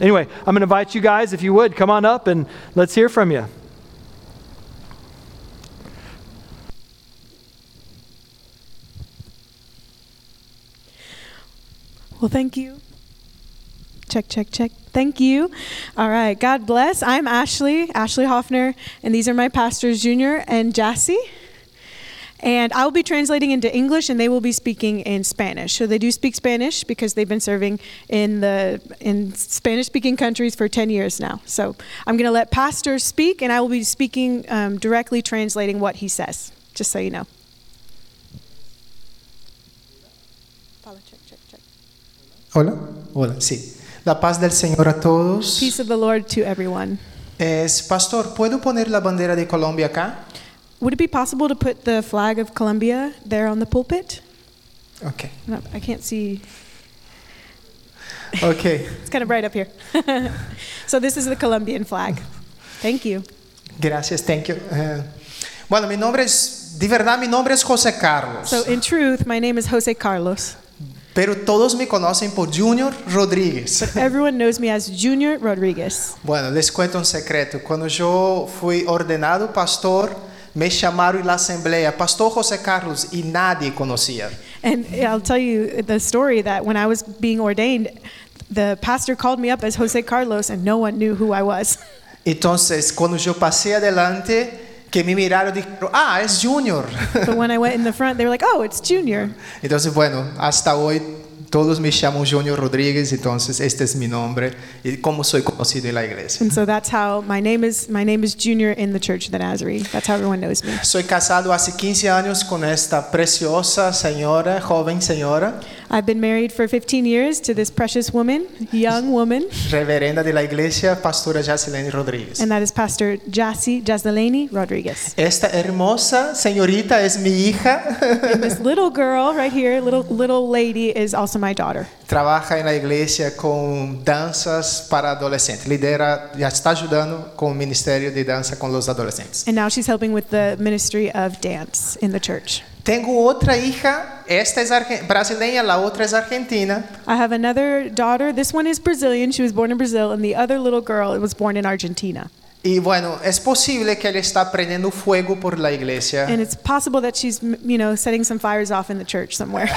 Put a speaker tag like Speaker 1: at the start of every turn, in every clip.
Speaker 1: anyway, I'm going to invite you guys, if you would, come on up and let's hear from you.
Speaker 2: Well, thank you. Check, check, check. Thank you. All right. God bless. I'm Ashley, Ashley Hoffner, and these are my pastors, Junior and Jassy. And I'll be translating into English, and they will be speaking in Spanish. So they do speak Spanish because they've been serving in the in Spanish-speaking countries for 10 years now. So I'm going to let pastors speak, and I will be speaking um, directly translating what he says. Just so you know.
Speaker 3: Hola, hola, sí. La paz del Señor a todos.
Speaker 2: Peace of the Lord to everyone.
Speaker 3: Es, pastor, ¿puedo poner la bandera de Colombia acá?
Speaker 2: Would it be possible to put the flag of Colombia there on the pulpit?
Speaker 3: Ok,
Speaker 2: No, I can't see.
Speaker 3: ok.
Speaker 2: It's kind of bright up here. so this is the Colombian flag. Thank you.
Speaker 3: Gracias, thank you. Eh, bueno, mi nombre es, de verdad, mi nombre es José Carlos.
Speaker 2: So eh, in truth, my name is Jose Carlos.
Speaker 3: pero todos me conocen por Junior Rodríguez.
Speaker 2: Everyone knows me as Junior Rodriguez.
Speaker 3: Bueno, les cuento un secreto. Cuando yo fui ordenado pastor, me llamaron a la asamblea, Pastor José Carlos, y nadie conocía.
Speaker 2: And I'll tell you the story that when I was being ordained, the pastor called me up as Jose Carlos and no one knew who I was.
Speaker 3: Entonces, cuando yo pasé adelante, que me miraron, dijeron, ah, es Junior.
Speaker 2: But when I went in the front, they were like, "Oh, it's Junior."
Speaker 3: Entonces, bueno, hasta hoy todos me llaman Junior Rodríguez, entonces este es mi nombre y cómo soy conocido en la iglesia.
Speaker 2: And so that's how my name is my name is Junior in the Church of the Nazarene. That's how everyone knows me.
Speaker 3: Soy casado hace 15 años con esta preciosa señora, joven señora,
Speaker 2: I've been married for 15 years to this precious woman, young woman,
Speaker 3: reverenda de la iglesia, pastora Jacilene Rodríguez.
Speaker 2: and that is Pastor Jassy Jasleleni Rodriguez.
Speaker 3: Esta hermosa señorita es mi hija,
Speaker 2: And this little girl right here, little little lady, is also my daughter.
Speaker 3: trabaja en la iglesia con danzas para adolescentes, lidera, ya está ayudando con el ministerio de danza con los adolescentes.
Speaker 2: And now she's helping with the ministry of dance in the church.
Speaker 3: Tengo otra hija, esta es arge- brasileña, la otra es argentina.
Speaker 2: I have another daughter. This one is Brazilian. She was born in Brazil, and the other little girl was born in Argentina.
Speaker 3: Y bueno, es posible que él está prendiendo fuego por la iglesia,
Speaker 2: And it's possible that she's, m- you know, setting some fires off in the church somewhere.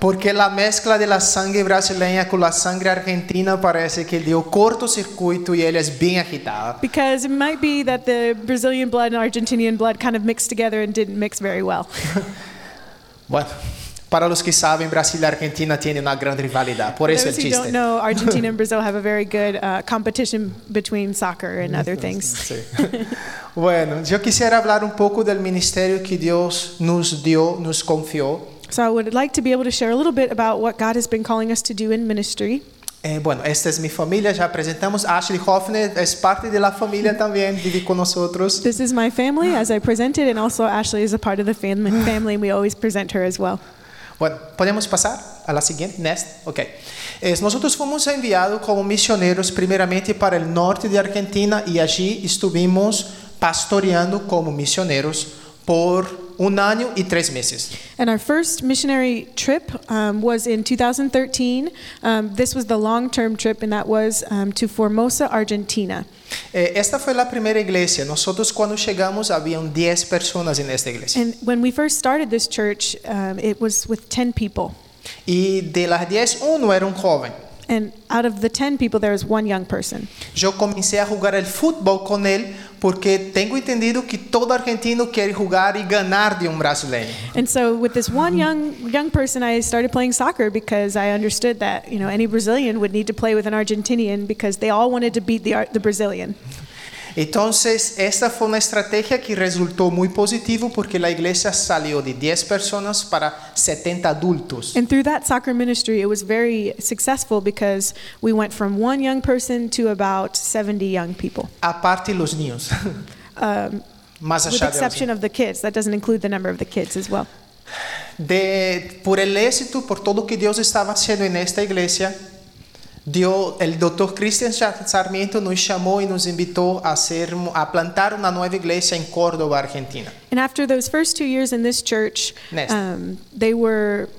Speaker 3: porque la mezcla de la sangre brasileña con la sangre argentina parece que dio cortocircuito y él es bien agitada.
Speaker 2: Because it might be that the Brazilian blood and Argentinian blood kind of mixed together and didn't mix very well.
Speaker 3: Bueno, para los que saben, Brasil y Argentina tienen una gran rivalidad, por eso el
Speaker 2: Those who don't
Speaker 3: chiste.
Speaker 2: know, Argentina and Brazil have a very good uh, competition between soccer and other things.
Speaker 3: Sí. Bueno, yo quisiera hablar un poco del ministerio que Dios nos dio, nos confió.
Speaker 2: So I would like to be able to share a little bit about what God has been calling us to do in ministry.
Speaker 3: Eh, bueno, esta es mi familia, ya presentamos Ashley Hoffner, es parte de la familia también, vive con nosotros.
Speaker 2: This is my family, as I presented, and also Ashley is a part of the fam- family, and we always present her as well.
Speaker 3: Bueno, podemos pasar a la siguiente, next. Ok. Es, nosotros fuimos enviados como misioneros primeramente para el norte de Argentina y allí estuvimos pastoreando como misioneros por un año y tres meses.
Speaker 2: And our first missionary trip um, was in 2013. Um, this was the long term trip, and that was um, to Formosa, Argentina.
Speaker 3: Eh, esta fue la primera iglesia. Nosotros cuando llegamos habían 10 personas en esta iglesia.
Speaker 2: And when we first started this church, um, it was with 10 people.
Speaker 3: Y de las 10, uno era un joven.
Speaker 2: And out of the 10 people, there was one young person.
Speaker 3: Yo comencé a jugar el fútbol con él porque tengo entendido que todo argentino quiere jugar y ganar de um un brasileño.
Speaker 2: And so, with this one young, young person, I started playing soccer because I understood that you know, any Brazilian would need to play with an Argentinian because they all wanted to beat the, Ar- the Brazilian.
Speaker 3: Entonces, esta fue una estrategia que resultó muy positivo porque la iglesia salió de 10 personas para 70 adultos.
Speaker 2: And through that soccer ministry, it was very successful because we went from one young person to about 70 young people,
Speaker 3: Aparte los niños,
Speaker 2: um,
Speaker 3: más
Speaker 2: with
Speaker 3: allá de los
Speaker 2: exception of the kids. That doesn't include the number of the kids as well.
Speaker 3: de, Por el éxito, por todo lo que Dios estaba haciendo en esta iglesia, Dios, el doctor Cristian Sa- Sarmiento nos llamó y nos invitó a, hacer, a plantar una nueva iglesia en Córdoba, Argentina.
Speaker 2: And after those first two years in this church,
Speaker 3: Next.
Speaker 2: um, they were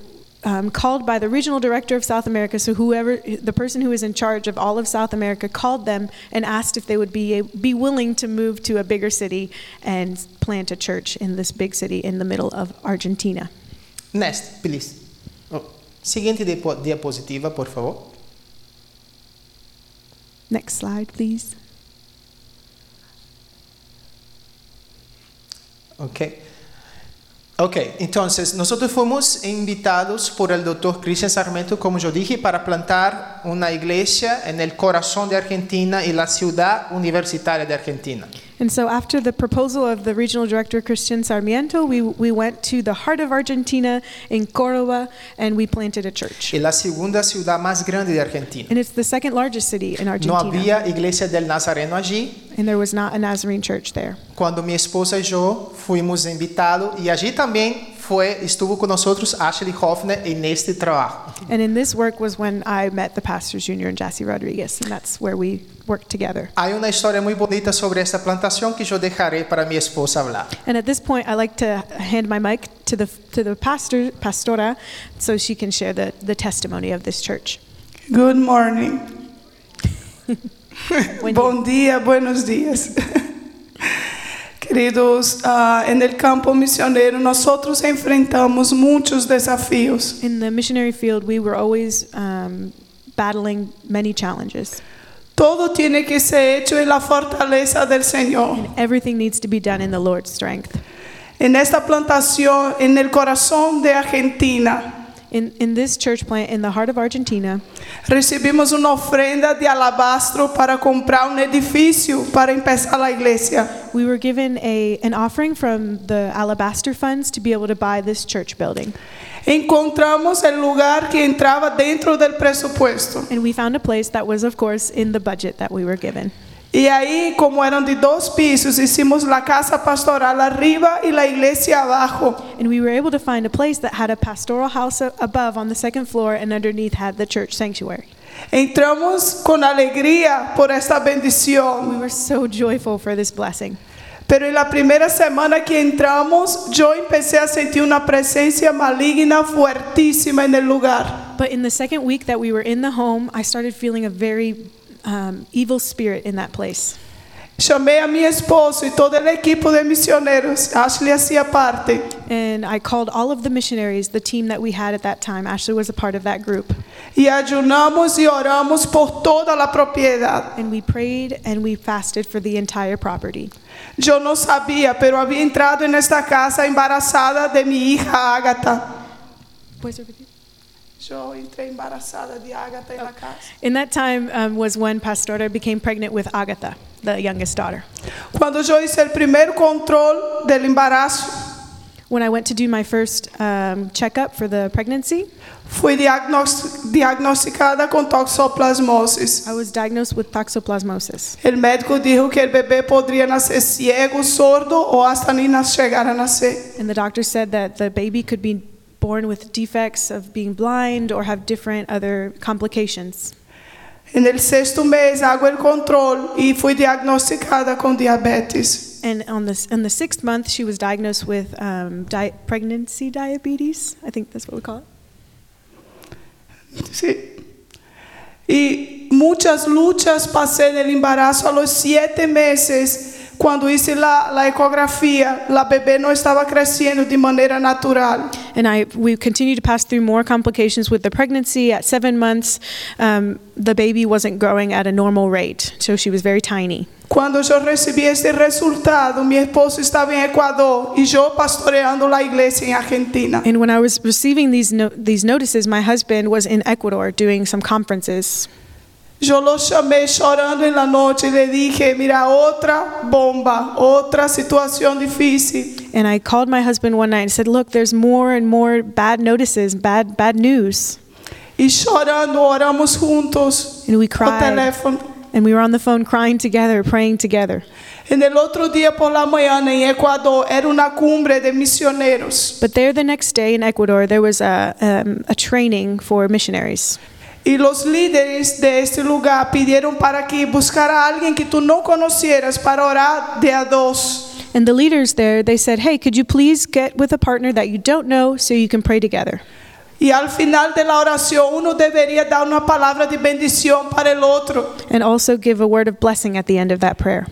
Speaker 2: um, called by the regional director of South America. So whoever the person who is in charge of all of South America called them and asked if they would be a, be willing to move to a bigger city and plant a church in this big city in the middle of Argentina.
Speaker 3: Next, please. Oh, Siguiente diapo- diapositiva, por favor.
Speaker 2: Next slide, please.
Speaker 3: Ok. Ok, entonces nosotros fuimos invitados por el doctor Cristian Sarmiento, como yo dije, para plantar una iglesia en el corazón de Argentina y la ciudad universitaria de Argentina.
Speaker 2: And so, after the proposal of the regional director Christian Sarmiento, we, we went to the heart of Argentina in Córdoba and we planted a church.
Speaker 3: Y la É segunda ciudad más grande de Argentina.
Speaker 2: And it's the second largest city in
Speaker 3: No
Speaker 2: Argentina.
Speaker 3: había iglesia del Nazareno allí.
Speaker 2: and there was not a Nazarene church there.
Speaker 3: Cuando mi esposa y yo fuimos invitados, y allí también fue, estuvo con nosotros Ashley Hoffner en este trabajo.
Speaker 2: And in this work was when I met the pastors Junior and Jassy Rodriguez, and that's where we worked together.
Speaker 3: Hay una historia muy bonita sobre esta plantación que yo dejaré para mi esposa hablar.
Speaker 2: And at this point, I like to hand my mic to the to the pastor pastora, so she can share the, the testimony of this church.
Speaker 4: Good morning.
Speaker 2: Buen
Speaker 4: Buen día, buenos días. Queridos, ah, en el campo misionero nosotros enfrentamos muchos desafíos,
Speaker 2: In the missionary field, we were always um, battling many challenges.
Speaker 4: todo tiene que ser hecho en la fortaleza del Señor.
Speaker 2: Everything needs to be done in the Lord's strength.
Speaker 4: En esta plantación, en el corazón de Argentina,
Speaker 2: In in this church plant in the heart of Argentina,
Speaker 4: recibimos una ofrenda de alabastro para comprar un edificio para empezar la iglesia.
Speaker 2: we were given a an offering from the alabaster funds to be able to buy this church building.
Speaker 4: Encontramos el lugar que entraba dentro del presupuesto.
Speaker 2: And we found a place that was, of course, in the budget that we were given.
Speaker 4: Y ahí, como eran de dos pisos, hicimos la casa pastoral arriba y la iglesia abajo.
Speaker 2: And we were able to find a place that had a pastoral house a- above on the second floor and underneath had the church sanctuary.
Speaker 4: Entramos con alegría por esta
Speaker 2: We
Speaker 4: bendición.
Speaker 2: were so joyful for this blessing.
Speaker 4: Pero en la primera semana que entramos, yo empecé a sentir una presencia maligna fuertísima en el lugar.
Speaker 2: But in the second week that we were in the home, I started feeling a very um, evil spirit in that place.
Speaker 4: Llamé a mi esposo y todo el equipo de misioneros, Ashley hacía parte,
Speaker 2: And I called all of the missionaries, the team that we had at that time. Ashley was a part of that group.
Speaker 4: y ayunamos y oramos por toda la propiedad.
Speaker 2: And we prayed and we fasted for the entire property.
Speaker 4: Yo no sabía, pero había entrado en esta casa embarazada de mi hija Ágata.
Speaker 2: Boys over here.
Speaker 4: Yo entré embarazada de Ágata en la casa.
Speaker 2: In that time um, was when Pastora became pregnant with Agatha, the youngest daughter.
Speaker 4: Cuando yo hice el primer control del embarazo,
Speaker 2: When I went to do my first um, checkup for the pregnancy,
Speaker 4: fui diagnos- diagnosticada con toxoplasmosis.
Speaker 2: I was diagnosed with toxoplasmosis.
Speaker 4: El médico dijo que el bebé podría nacer ciego, sordo o hasta ni nas- llegar a nacer.
Speaker 2: And the doctor said that the baby could be born with defects of being blind or have different other complications.
Speaker 4: En el sexto mes hago el control y fui diagnosticada con diabetes.
Speaker 2: And on this, in the sixth month, she was diagnosed with um, di- pregnancy diabetes. I think that's what we call it.
Speaker 4: Sí. Y muchas luchas pasé en el embarazo a los siete meses. Cuando hice la, la ecografía, la bebé no estaba creciendo de manera natural.
Speaker 2: And I, we continued to pass through more complications with the pregnancy. At seven months, um, the baby wasn't growing at a normal rate, so she was very tiny.
Speaker 4: Cuando yo recibí este resultado, mi esposo estaba en Ecuador y yo pastoreando la iglesia en Argentina.
Speaker 2: And when I was receiving these no- these notices, my husband was in Ecuador doing some conferences.
Speaker 4: Yo lo llamé llorando en la noche y le dije, mira, otra bomba, otra situación difícil.
Speaker 2: And I called my husband one night and said, "Look, there's more and more bad notices, bad bad news."
Speaker 4: Y llorando oramos juntos
Speaker 2: And we
Speaker 4: por
Speaker 2: cried.
Speaker 4: teléfono.
Speaker 2: And we were on the phone crying together, praying together.
Speaker 4: En el otro día por la mañana en Ecuador era una cumbre de misioneros
Speaker 2: But there, the next day in Ecuador, there was a, um, a training for missionaries.
Speaker 4: y los líderes de este lugar pidieron para que buscara a alguien que tú no conocieras para orar de a dos.
Speaker 2: And the leaders there, they said, "Hey, could you please get with a partner that you don't know so you can pray together?"
Speaker 4: Y al final de la oración uno debería dar una palabra de bendición para el otro.
Speaker 2: and also give a word of blessing at the end of that prayer.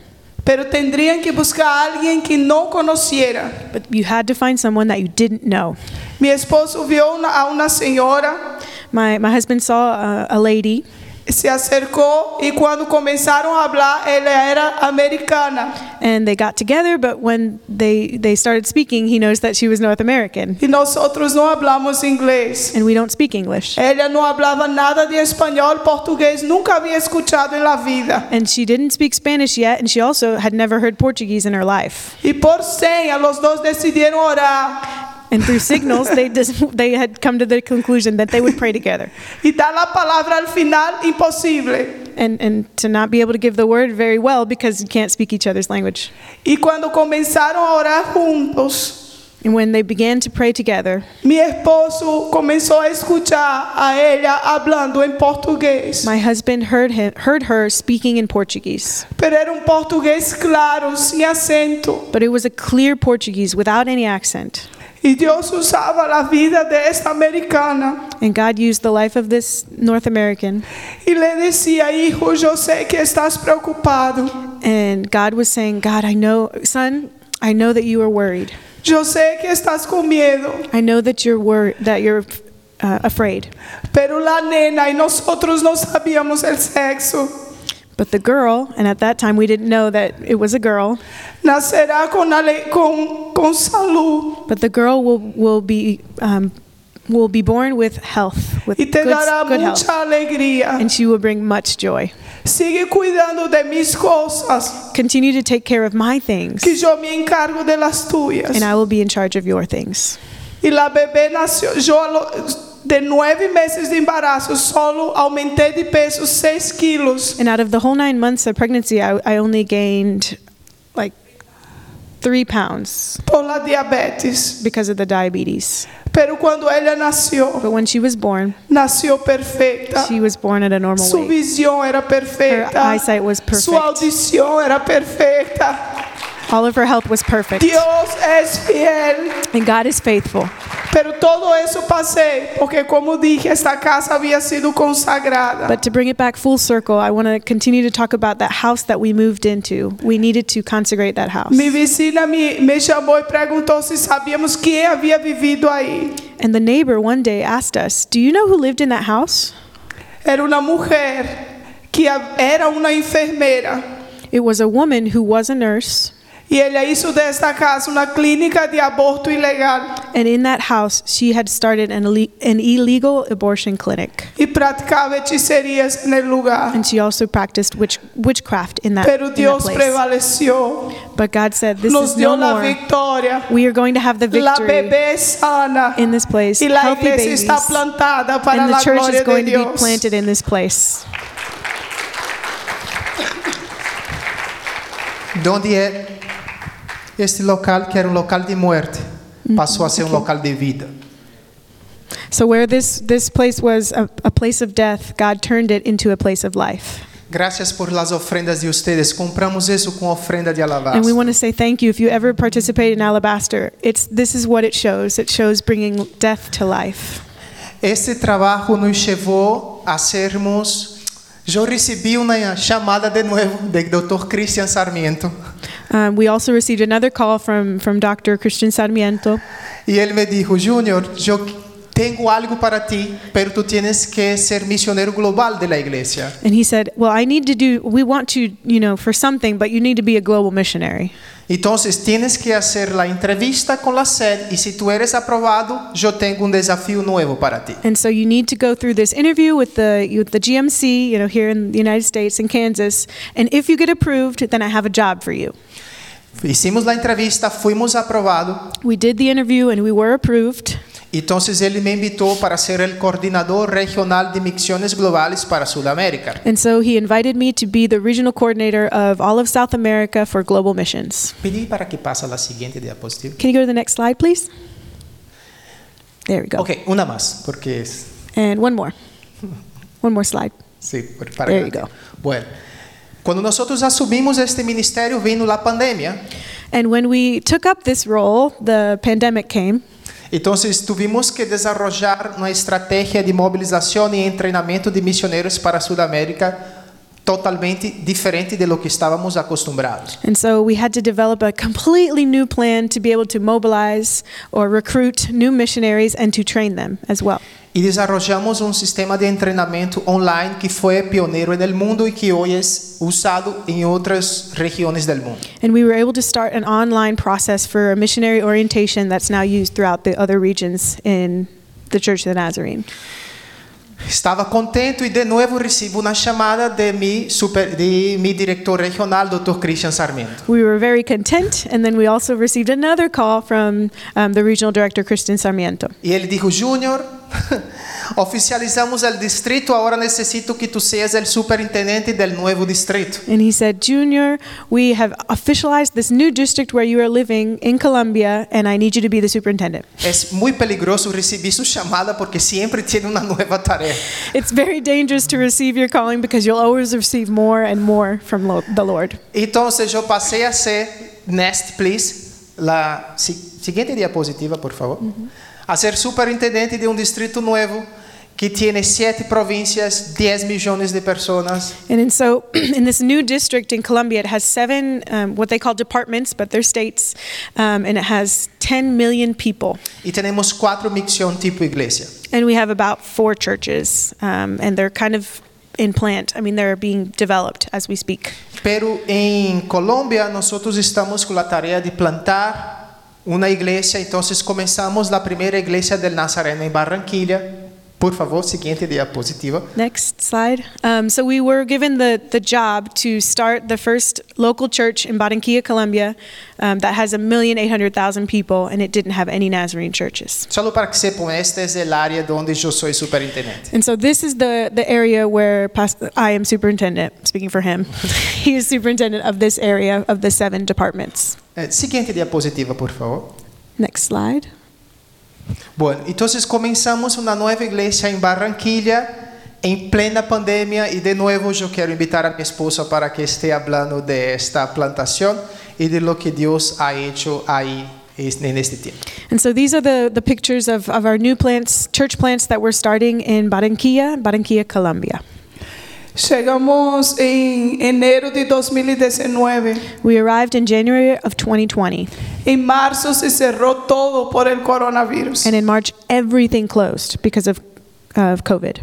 Speaker 4: Pero tendrían que buscar a alguien que no conociera.
Speaker 2: But you had to find someone that you didn't know.
Speaker 4: Mi esposo vio una- a una señora,
Speaker 2: My, my husband saw uh, a, a lady,
Speaker 4: se acercó y cuando comenzaron a hablar, ella era americana.
Speaker 2: and they got together, but when they, they started speaking, he noticed that she was North American,
Speaker 4: Y nosotros no hablamos inglés.
Speaker 2: and we don't speak English.
Speaker 4: Ella no hablaba nada de español, portugués, nunca había escuchado en la vida.
Speaker 2: And she didn't speak Spanish yet, and she also had never heard Portuguese in her life.
Speaker 4: Y por seña los dos decidieron orar
Speaker 2: And through signals, they, dis- they had come to the conclusion that they would pray together.
Speaker 4: y dar la palabra al final imposible.
Speaker 2: And, and to not be able to give the word very well because you can't speak each other's language.
Speaker 4: Y cuando comenzaron a orar juntos,
Speaker 2: And when they began to pray together,
Speaker 4: mi esposo comenzó a escuchar a ella hablando en portugués,
Speaker 2: My husband heard him, heard her speaking in Portuguese,
Speaker 4: pero era un portugués claro, sin acento.
Speaker 2: but it was a clear Portuguese without any accent.
Speaker 4: Y Dios usaba la vida de esta americana
Speaker 2: And God used the life of this North American,
Speaker 4: y le decía, hijo, yo sé que estás preocupado,
Speaker 2: and God was saying, "God, I know, son, I know that you are worried.
Speaker 4: yo sé que estás con miedo,
Speaker 2: I know that you're wor- that you're uh, afraid."
Speaker 4: pero la nena y nosotros no sabíamos el sexo.
Speaker 2: But the girl, and at that time we didn't know that it was a girl,
Speaker 4: Nacerá con, ale- con, con salud.
Speaker 2: but the girl will will be um, will be born with health, with
Speaker 4: y
Speaker 2: good,
Speaker 4: te dará
Speaker 2: good health,
Speaker 4: mucha alegría.
Speaker 2: and she will bring much joy.
Speaker 4: Sigue cuidando de mis cosas,
Speaker 2: Continue to take care of my things.
Speaker 4: que yo me encargo de las tuyas.
Speaker 2: and I will be in charge of your things.
Speaker 4: Y la bebé nació, yo a lo- de nueve meses de embarazo solo aumenté de peso seis kilos.
Speaker 2: And out of the whole nine months of pregnancy, I, I only gained like three pounds
Speaker 4: por la diabetes,
Speaker 2: because of the diabetes.
Speaker 4: pero cuando ella nació,
Speaker 2: But when she was born,
Speaker 4: nació perfecta.
Speaker 2: she was born at a normal
Speaker 4: Su
Speaker 2: weight.
Speaker 4: visión era perfecta.
Speaker 2: Her eyesight was
Speaker 4: Su
Speaker 2: perfect.
Speaker 4: audición era perfecta.
Speaker 2: All of her health was perfect.
Speaker 4: Dios es fiel.
Speaker 2: And God is faithful.
Speaker 4: Pero todo eso pasé porque como dije, esta casa había sido consagrada.
Speaker 2: But to bring it back full circle, I want to continue to talk about that house that we moved into. We needed to consecrate that house.
Speaker 4: Mi vecina me, me chamou e perguntou se sabíamos quem havia vivido aí.
Speaker 2: And the neighbor one day asked us, Do you know who lived in that house?
Speaker 4: Era uma mulher que a- era uma enfermeira.
Speaker 2: It was a woman who was a nurse.
Speaker 4: E ela hizo desta casa uma clínica de aborto ilegal
Speaker 2: And in that house, she had started an, ille- an illegal abortion clinic.
Speaker 4: e praticava hechicerias no lugar.
Speaker 2: And she also practiced witch, witchcraft in that,
Speaker 4: Pero
Speaker 2: in that
Speaker 4: Deus
Speaker 2: place.
Speaker 4: prevaleceu,
Speaker 2: But God said, This
Speaker 4: nos
Speaker 2: is
Speaker 4: deu
Speaker 2: no
Speaker 4: a
Speaker 2: more.
Speaker 4: vitória.
Speaker 2: We are going to have the
Speaker 4: La
Speaker 2: victory
Speaker 4: bebê é sana.
Speaker 2: in this place.
Speaker 4: E la
Speaker 2: Healthy
Speaker 4: igreja
Speaker 2: babies.
Speaker 4: está plantada para
Speaker 2: And the
Speaker 4: la
Speaker 2: church
Speaker 4: gloria
Speaker 2: is
Speaker 4: de
Speaker 2: going to be
Speaker 4: Dios.
Speaker 2: planted in this place.
Speaker 3: Donde é este local que era um local de morte passou a ser um local de vida.
Speaker 2: So, where this, this place was a, a place of death, God turned it into a place of life.
Speaker 3: Graças por las ofrendas de ustedes. Compramos isso com ofrenda de
Speaker 2: And we
Speaker 3: alabastro.
Speaker 2: want to say thank you. If you ever participate in Alabaster, it's, this is what it shows it shows bringing death to life.
Speaker 3: Esse trabalho nos levou a sermos. Eu recebi uma chamada de novo de Dr. Cristian Sarmiento
Speaker 2: Um, we also received another call from, from Dr. Christian Sarmiento,
Speaker 3: e ele me disse: Júnior, eu tenho algo para ti, pero tu tienes que ser missionário global de la igreja.
Speaker 2: and he said, "Well, I need to do. We want you, you know, for something, but you need to be a global missionary.
Speaker 3: Então, tienes que fazer a entrevista com a sede e se tu eres aprovado, eu tenho um desafio novo para ti.
Speaker 2: And so you need to go through this interview with the with the GMC, you know, here in the United States in Kansas. And if you get approved, then I have a job for you."
Speaker 3: Hicimos a entrevista, fomos aprovados.
Speaker 2: We did the interview, and we were approved.
Speaker 3: Então, ele me invitou para ser o coordenador regional de missões globais para Sudamérica.
Speaker 2: And so he invited me to be the regional coordinator of all of South America for global missions.
Speaker 3: Pedi para que passe a seguinte diapositiva.
Speaker 2: Can you go to the next slide, please? There we go.
Speaker 3: Ok, uma mais, porque es-
Speaker 2: And one more. One more slide.
Speaker 3: sí, por- para
Speaker 2: There you
Speaker 3: adelante.
Speaker 2: go.
Speaker 3: Bueno, quando nós assumimos este ministério, vindo a pandemia,
Speaker 2: And when we took up this role, the pandemic came,
Speaker 3: Entonces tuvimos que desarrollar una estrategia de movilización y entrenamiento de misioneros para Sudamérica totalmente diferente de lo que estábamos acostumbrados.
Speaker 2: And so we had to develop a completely new plan to be able to mobilize or recruit new missionaries and to train them as well.
Speaker 3: Y desarrollamos un sistema de entrenamiento online que fue pionero en el mundo y que hoy es usado en otras regiones del mundo.
Speaker 2: And we were able to start an online process for a missionary orientation that's now used throughout the other regions in the Church of the Nazarene.
Speaker 3: Estava contento e de novo recebo uma chamada de mi super, de mi diretor regional, Dr. Christian Sarmiento.
Speaker 2: We were very content, and then we also received another call from um, the regional director, Kristen Sarmiento.
Speaker 3: E ele disse: Júnior, oficializamos o distrito, agora necessito que tu seas o superintendente do novo distrito.
Speaker 2: And he said, Junior, we have officialized this new district where you are living in Colombia, and I need you to be the superintendent.
Speaker 3: É muito perigoso receber sua chamada porque sempre tem uma nova tarefa.
Speaker 2: It's very dangerous to receive your calling because you'll always receive more and more from lo- the Lord.
Speaker 3: Então, eu passei a ser, next please, la si- seguinte diapositiva, por favor. A ser superintendente de um distrito novo que tem sete províncias, 10 milhões de pessoas.
Speaker 2: And, and so, in this new district in Colombia, it has seven, um, what they call departments, but they're states, um, and it has 10 million people.
Speaker 3: E temos quatro missões tipo igreja.
Speaker 2: And we have about four churches, um, and they're kind of in plant. I mean, they're being developed as we speak.
Speaker 3: Pero em Colômbia, nós estamos com a tarefa de plantar uma igreja. Então, começamos a primeira igreja del Nazareno em Barranquilla. Por favor, seguinte diapositiva.
Speaker 2: Next slide. Um, so we were given the, the job to start the first local church in Barranquilla, Colombia, um, that has a million eight hundred thousand people, and it didn't have any Nazarene churches.
Speaker 3: Só para que sepam, esta é a área onde eu sou superintendente.
Speaker 2: And so this is the, the area where past- I am superintendent, speaking for him. he is superintendent of this area of the seven departments.
Speaker 3: Eh, Seguinte diapositiva, por favor.
Speaker 2: Next slide.
Speaker 3: Bom, então começamos uma nova igreja em Barranquilla em plena pandemia e de novo eu quero invitar a minha esposa para que esteja falando desta plantação e de lo que Deus ha hecho aí es- neste tempo.
Speaker 2: And so these are the, the pictures of, of our new plants, church plants that we're starting in Barranquilla, Barranquilla, Colombia.
Speaker 4: Chegamos em enero de 2019.
Speaker 2: We arrived in January of 2020.
Speaker 4: Em março se cerrou todo por el coronavírus.
Speaker 2: And in March, everything closed because of, of COVID.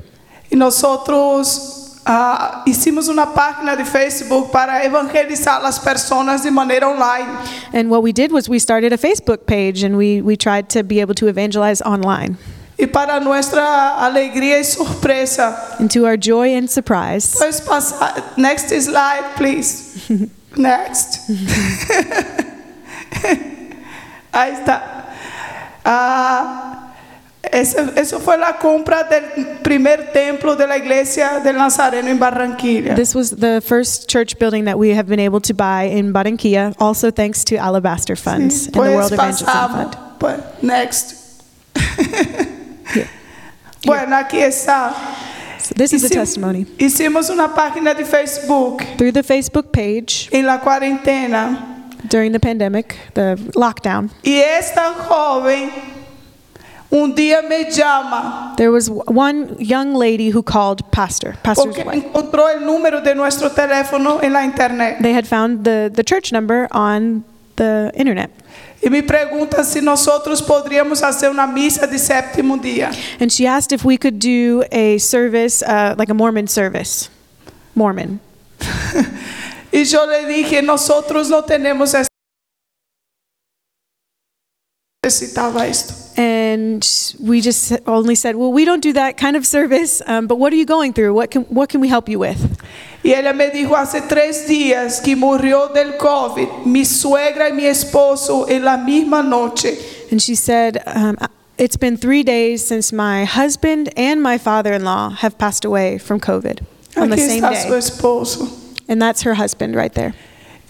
Speaker 4: E nosotros ah, hicimos uma página de Facebook para evangelizar as pessoas de maneira online.
Speaker 2: And what we did was we started a Facebook page and we, we tried to be able to evangelize online.
Speaker 4: E para nossa alegria e surpresa,
Speaker 2: And to our joy and surprise,
Speaker 4: pois passar. Next slide, please. Next. Aí está. Ah, essa, essa foi a compra do primeiro templo da igreja de Nazareno em Barranquilla.
Speaker 2: this was the first church building that we have been able to buy in Barranquilla, also thanks to Alabaster Funds and the
Speaker 4: Pois
Speaker 2: World Evangelism
Speaker 4: passamos.
Speaker 2: Fund.
Speaker 4: Pois- Next. Bueno, aqui está.
Speaker 2: So this is the
Speaker 4: Hicim-
Speaker 2: testimony.
Speaker 4: Hicimos uma página de Facebook
Speaker 2: Through the Facebook page
Speaker 4: em la quarentena
Speaker 2: during the pandemic, the lockdown,
Speaker 4: e esta jovem um dia me chama
Speaker 2: there was w- one young lady who called Pastor, Pastor's
Speaker 4: porque
Speaker 2: wife.
Speaker 4: encontrou o número de nosso telefone em la internet
Speaker 2: they had found the, the church number on the internet.
Speaker 4: e me pergunta se nós outros poderíamos fazer uma missa de sétimo dia.
Speaker 2: And she asked if we could do a service, uh, like a Mormon service. Mormon.
Speaker 4: E eu lhe dije, nós outros não temos essa necessitava isto.
Speaker 2: And we just only said, well, we don't do that kind of service, um, but what are you going through? What can, what can we help you with?
Speaker 4: E ela me dijo hace três dias que morreu del COVID, mi suegra e mi esposo en la misma noche.
Speaker 2: And she said, um, it's been three days since my husband and my father in law have passed away from COVID on the
Speaker 4: Aqui
Speaker 2: same
Speaker 4: está seu
Speaker 2: day.
Speaker 4: esposo.
Speaker 2: And that's her husband right there.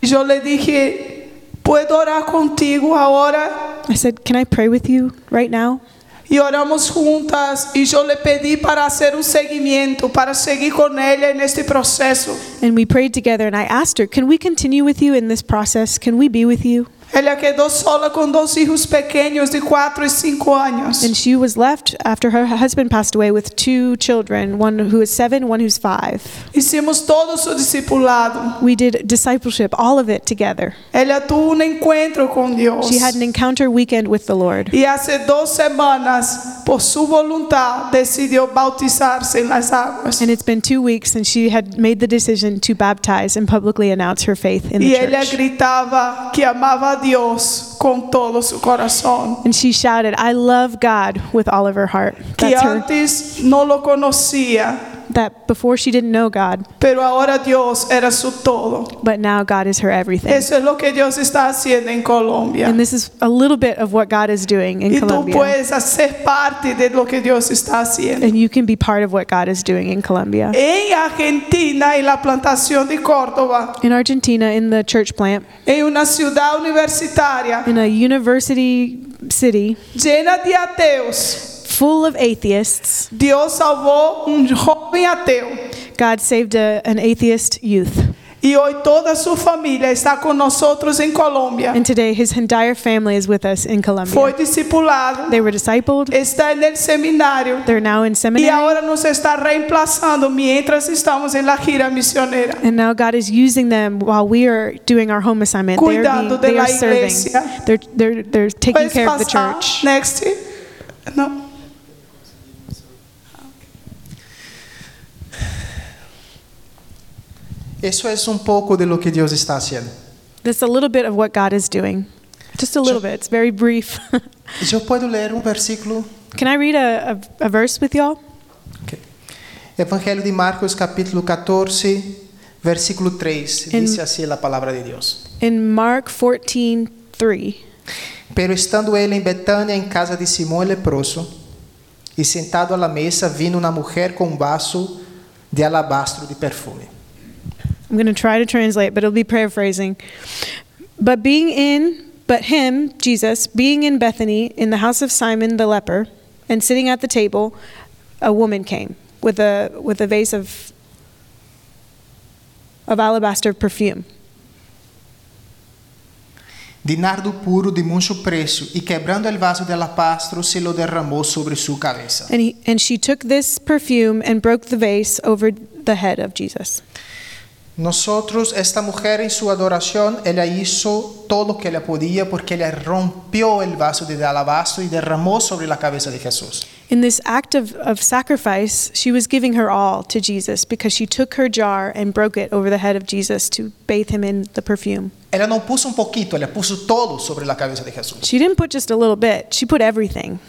Speaker 4: E eu lhe dije, puedo orar contigo agora?
Speaker 2: I said, can I pray with you right now?
Speaker 4: E oramos juntas e eu lhe pedi para fazer um seguimento, para seguir com ela neste processo.
Speaker 2: And we prayed together, and I asked her, Can we continue with you in this process? Can we be with you?
Speaker 4: Ela quedou sola com dois filhos pequenos de 4 e 5 anos.
Speaker 2: And she was left after her husband passed away with two children, one who is seven, one who's five.
Speaker 4: Hicimos todo o seu discipulado.
Speaker 2: We did discipleship, all of it together.
Speaker 4: Ela tuvo um encontro com Deus.
Speaker 2: She had an encounter weekend with the Lord.
Speaker 4: E hace dos semanas, por sua vontade, decidiu bautizar-se nas águas.
Speaker 2: And it's been two weeks since she had made the decision to baptize and publicly announce her faith in the
Speaker 4: E ela
Speaker 2: church.
Speaker 4: gritava que amava a Deus com todo o seu coração.
Speaker 2: And she shouted, I love God with all of her heart.
Speaker 4: Que
Speaker 2: That's her.
Speaker 4: antes não o conhecia,
Speaker 2: That before she didn't know God,
Speaker 4: pero agora Deus era su todo.
Speaker 2: but now God is her everything.
Speaker 4: Eso es lo que Dios está haciendo en Colombia.
Speaker 2: And this is a little bit of what God is doing in
Speaker 4: Y tú
Speaker 2: Colombia.
Speaker 4: puedes hacer parte de lo que Dios está haciendo.
Speaker 2: And you can be part of what God is doing in Colombia.
Speaker 4: En Argentina, en la plantación de Córdoba,
Speaker 2: In Argentina, in the church plant,
Speaker 4: en una ciudad universitaria
Speaker 2: in a university city
Speaker 4: llena de ateos,
Speaker 2: full of atheists,
Speaker 4: Dios salvó un joven ateo.
Speaker 2: God saved a, an atheist youth.
Speaker 4: Y hoy toda su familia está con nosotros en Colombia.
Speaker 2: And today, his entire family is with us in
Speaker 4: Foi
Speaker 2: Colombia.
Speaker 4: discipulado,
Speaker 2: They were discipled,
Speaker 4: está en el seminario
Speaker 2: they're now in
Speaker 4: y
Speaker 2: seminary,
Speaker 4: ahora nos está reemplazando mientras estamos en la gira misionera.
Speaker 2: and now God is using them while we are doing our home assignment. They are,
Speaker 4: Cuidando
Speaker 2: being,
Speaker 4: de
Speaker 2: they
Speaker 4: la
Speaker 2: are serving,
Speaker 4: iglesia.
Speaker 2: they're, they're, they're taking
Speaker 4: Puedes
Speaker 2: care of the
Speaker 4: pasar.
Speaker 2: church.
Speaker 4: Next. No.
Speaker 3: Isso é um pouco de lo que Deus está fazendo.
Speaker 2: That's a little bit of what God is doing. Just a little bit. It's very brief.
Speaker 3: Eu posso ler um versículo?
Speaker 2: Can I read a, a, a verse with y'all?
Speaker 3: Ok. Evangelho de Marcos, capítulo 14, versículo 3.
Speaker 2: Em-
Speaker 3: Diz assim a palavra de Deus.
Speaker 2: In Mark 14, 3.
Speaker 3: Pero estando ele em Betânia, em casa de Simão o leproso, e sentado à mesa, vindo uma mulher com um vaso de alabastro de perfume.
Speaker 2: I'm going to try to translate, but it'll be paraphrasing. But being in, but him, Jesus, being in Bethany, in the house of Simon the leper, and sitting at the table, a woman came with a, with a vase of, of alabaster perfume.
Speaker 3: De nardo puro de muito preço, e quebrando o vaso de alabastro, se lo derramou sobre sua cabeça.
Speaker 2: And, he, and she took this perfume and broke the vase over the head of Jesus.
Speaker 3: Nosotros, esta mulher em sua adoração, ela hizo todo o que ela podia, porque ela rompió o vaso de alabastro e derramou sobre a cabeça de Jesus.
Speaker 2: In this act of, of sacrifice, she was giving her all to Jesus because she took her jar and broke it over the head of Jesus to bathe him in the perfume.
Speaker 3: Ela não puso um pouquinho, ela puso todo sobre a cabeça de Jesus.
Speaker 2: She didn't put just a little bit, she put everything.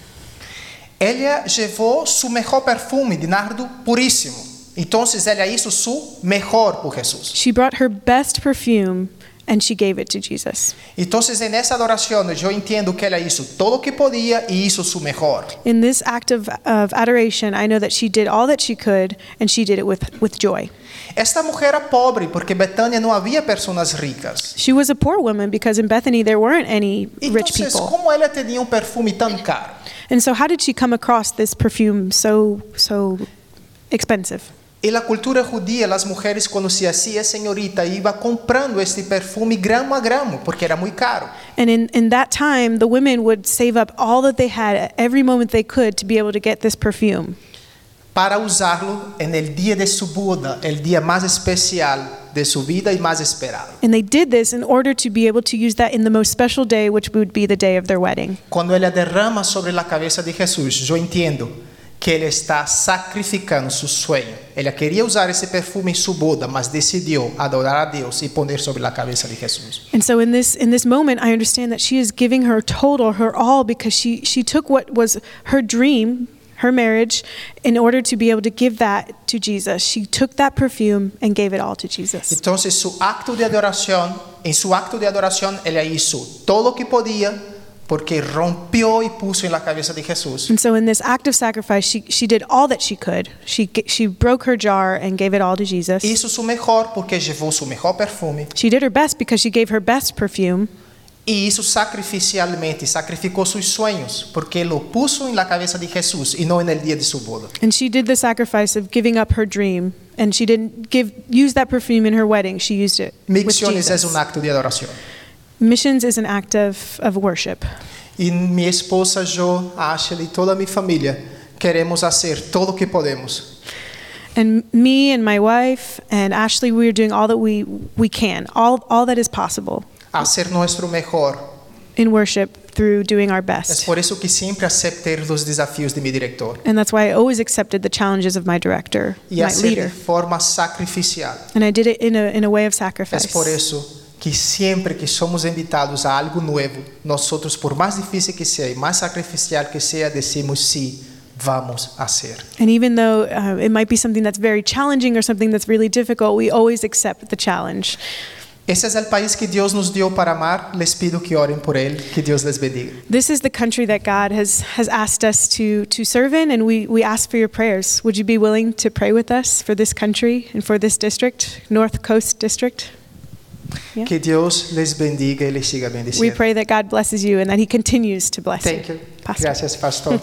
Speaker 3: Ela levou seu melhor perfume de nardo puríssimo. Então, ela hizo seu melhor por Jesus.
Speaker 2: She brought her best perfume and she gave it to Jesus.
Speaker 3: Então, nessa adoração, eu entendo que ela hizo todo o que podia e hizo seu melhor.
Speaker 2: In this act of, of adoration, I know that she did all that she could and she did it with, with joy.
Speaker 3: Esta mulher era pobre, porque em Betânia não havia pessoas ricas.
Speaker 2: She was a poor woman because in Bethany there weren't any
Speaker 3: Então,
Speaker 2: rich people.
Speaker 3: como ela tinha um perfume tão caro?
Speaker 2: And so, how did she come across this perfume so so expensive?
Speaker 3: E na cultura judia, as mulheres, quando se hacía senhorita, iam comprando este perfume gramo a gramo, porque era muito caro.
Speaker 2: And in, in that time, the women would save up all that they had at every moment they could to be able to get this perfume
Speaker 3: para usarlo en el día de su boda, el día más especial de su vida y más esperado.
Speaker 2: and they did this in order to be able to use that in the most special day which would be the day of their wedding
Speaker 3: Cuando ella derrama sobre la cabeza de Jesús, yo entiendo que él está sacrificando su sueño. Ella quería usar ese perfume en su boda, mas decidió adorar a Dios y poner sobre la cabeza de Jesús.
Speaker 2: and so in this in this moment i understand that she is giving her total her all because she she took what was her dream her marriage in order to be able to give that to jesus she took that perfume and gave it all to jesus
Speaker 3: Entonces su acto de adoración, en su acto de adoración, ella hizo todo lo que podía porque rompió y puso en la cabeza de Jesús
Speaker 2: And so, in this act of sacrifice, she, she did all that she could. She, g- she broke her jar and gave it all to Jesus.
Speaker 3: Hizo su mejor porque llevó su mejor perfume.
Speaker 2: She did her best because she gave her best perfume.
Speaker 3: E isso sacrificialmente, sacrificou seus sonhos, porque lo puso na cabeça de Jesus e não no dia de sua boda.
Speaker 2: And she did the sacrifice of giving up her dream. And she didn't give, use that perfume in her wedding, she used it. With
Speaker 3: Misiones é
Speaker 2: Jesus.
Speaker 3: um acto de adoração.
Speaker 2: Missions is an act of, of worship.
Speaker 3: E minha esposa Jo, Ashley e toda a minha família queremos fazer todo o que podemos.
Speaker 2: And me and my wife and Ashley, we are doing all that we, we can, all, all that is possible
Speaker 3: Fazer nosso melhor.
Speaker 2: in worship through doing our
Speaker 3: É
Speaker 2: best.
Speaker 3: por isso que sempre aceitei os desafios de meu diretor.
Speaker 2: And that's why I always accepted the challenges of my director,
Speaker 3: E
Speaker 2: my
Speaker 3: assim de
Speaker 2: leader.
Speaker 3: forma sacrificial.
Speaker 2: And I did it in a, in a way of
Speaker 3: É
Speaker 2: sacrifice.
Speaker 3: por isso que sempre que somos invitados a algo novo, nós outros, por mais difícil que seja, e mais sacrificial que seja, decimos sim, vamos fazer.
Speaker 2: And even though uh, it might be something that's very challenging or something that's really difficult, we always accept the challenge.
Speaker 3: Esse é o país que Deus nos deu para amar. Les pido que orem por ele. Que Deus les bendiga.
Speaker 2: This is the country that God has, has asked us to, to serve in, and we, we ask for your prayers. Would you be willing to pray with us for this country and for this district, North Coast District? Yeah.
Speaker 3: Que Deus les bendiga e les siga
Speaker 2: We
Speaker 3: bendiciendo.
Speaker 2: pray that God blesses you and that He continues to bless
Speaker 3: Thank
Speaker 2: you.
Speaker 3: you.
Speaker 2: Pastor.
Speaker 3: Gracias, pastor.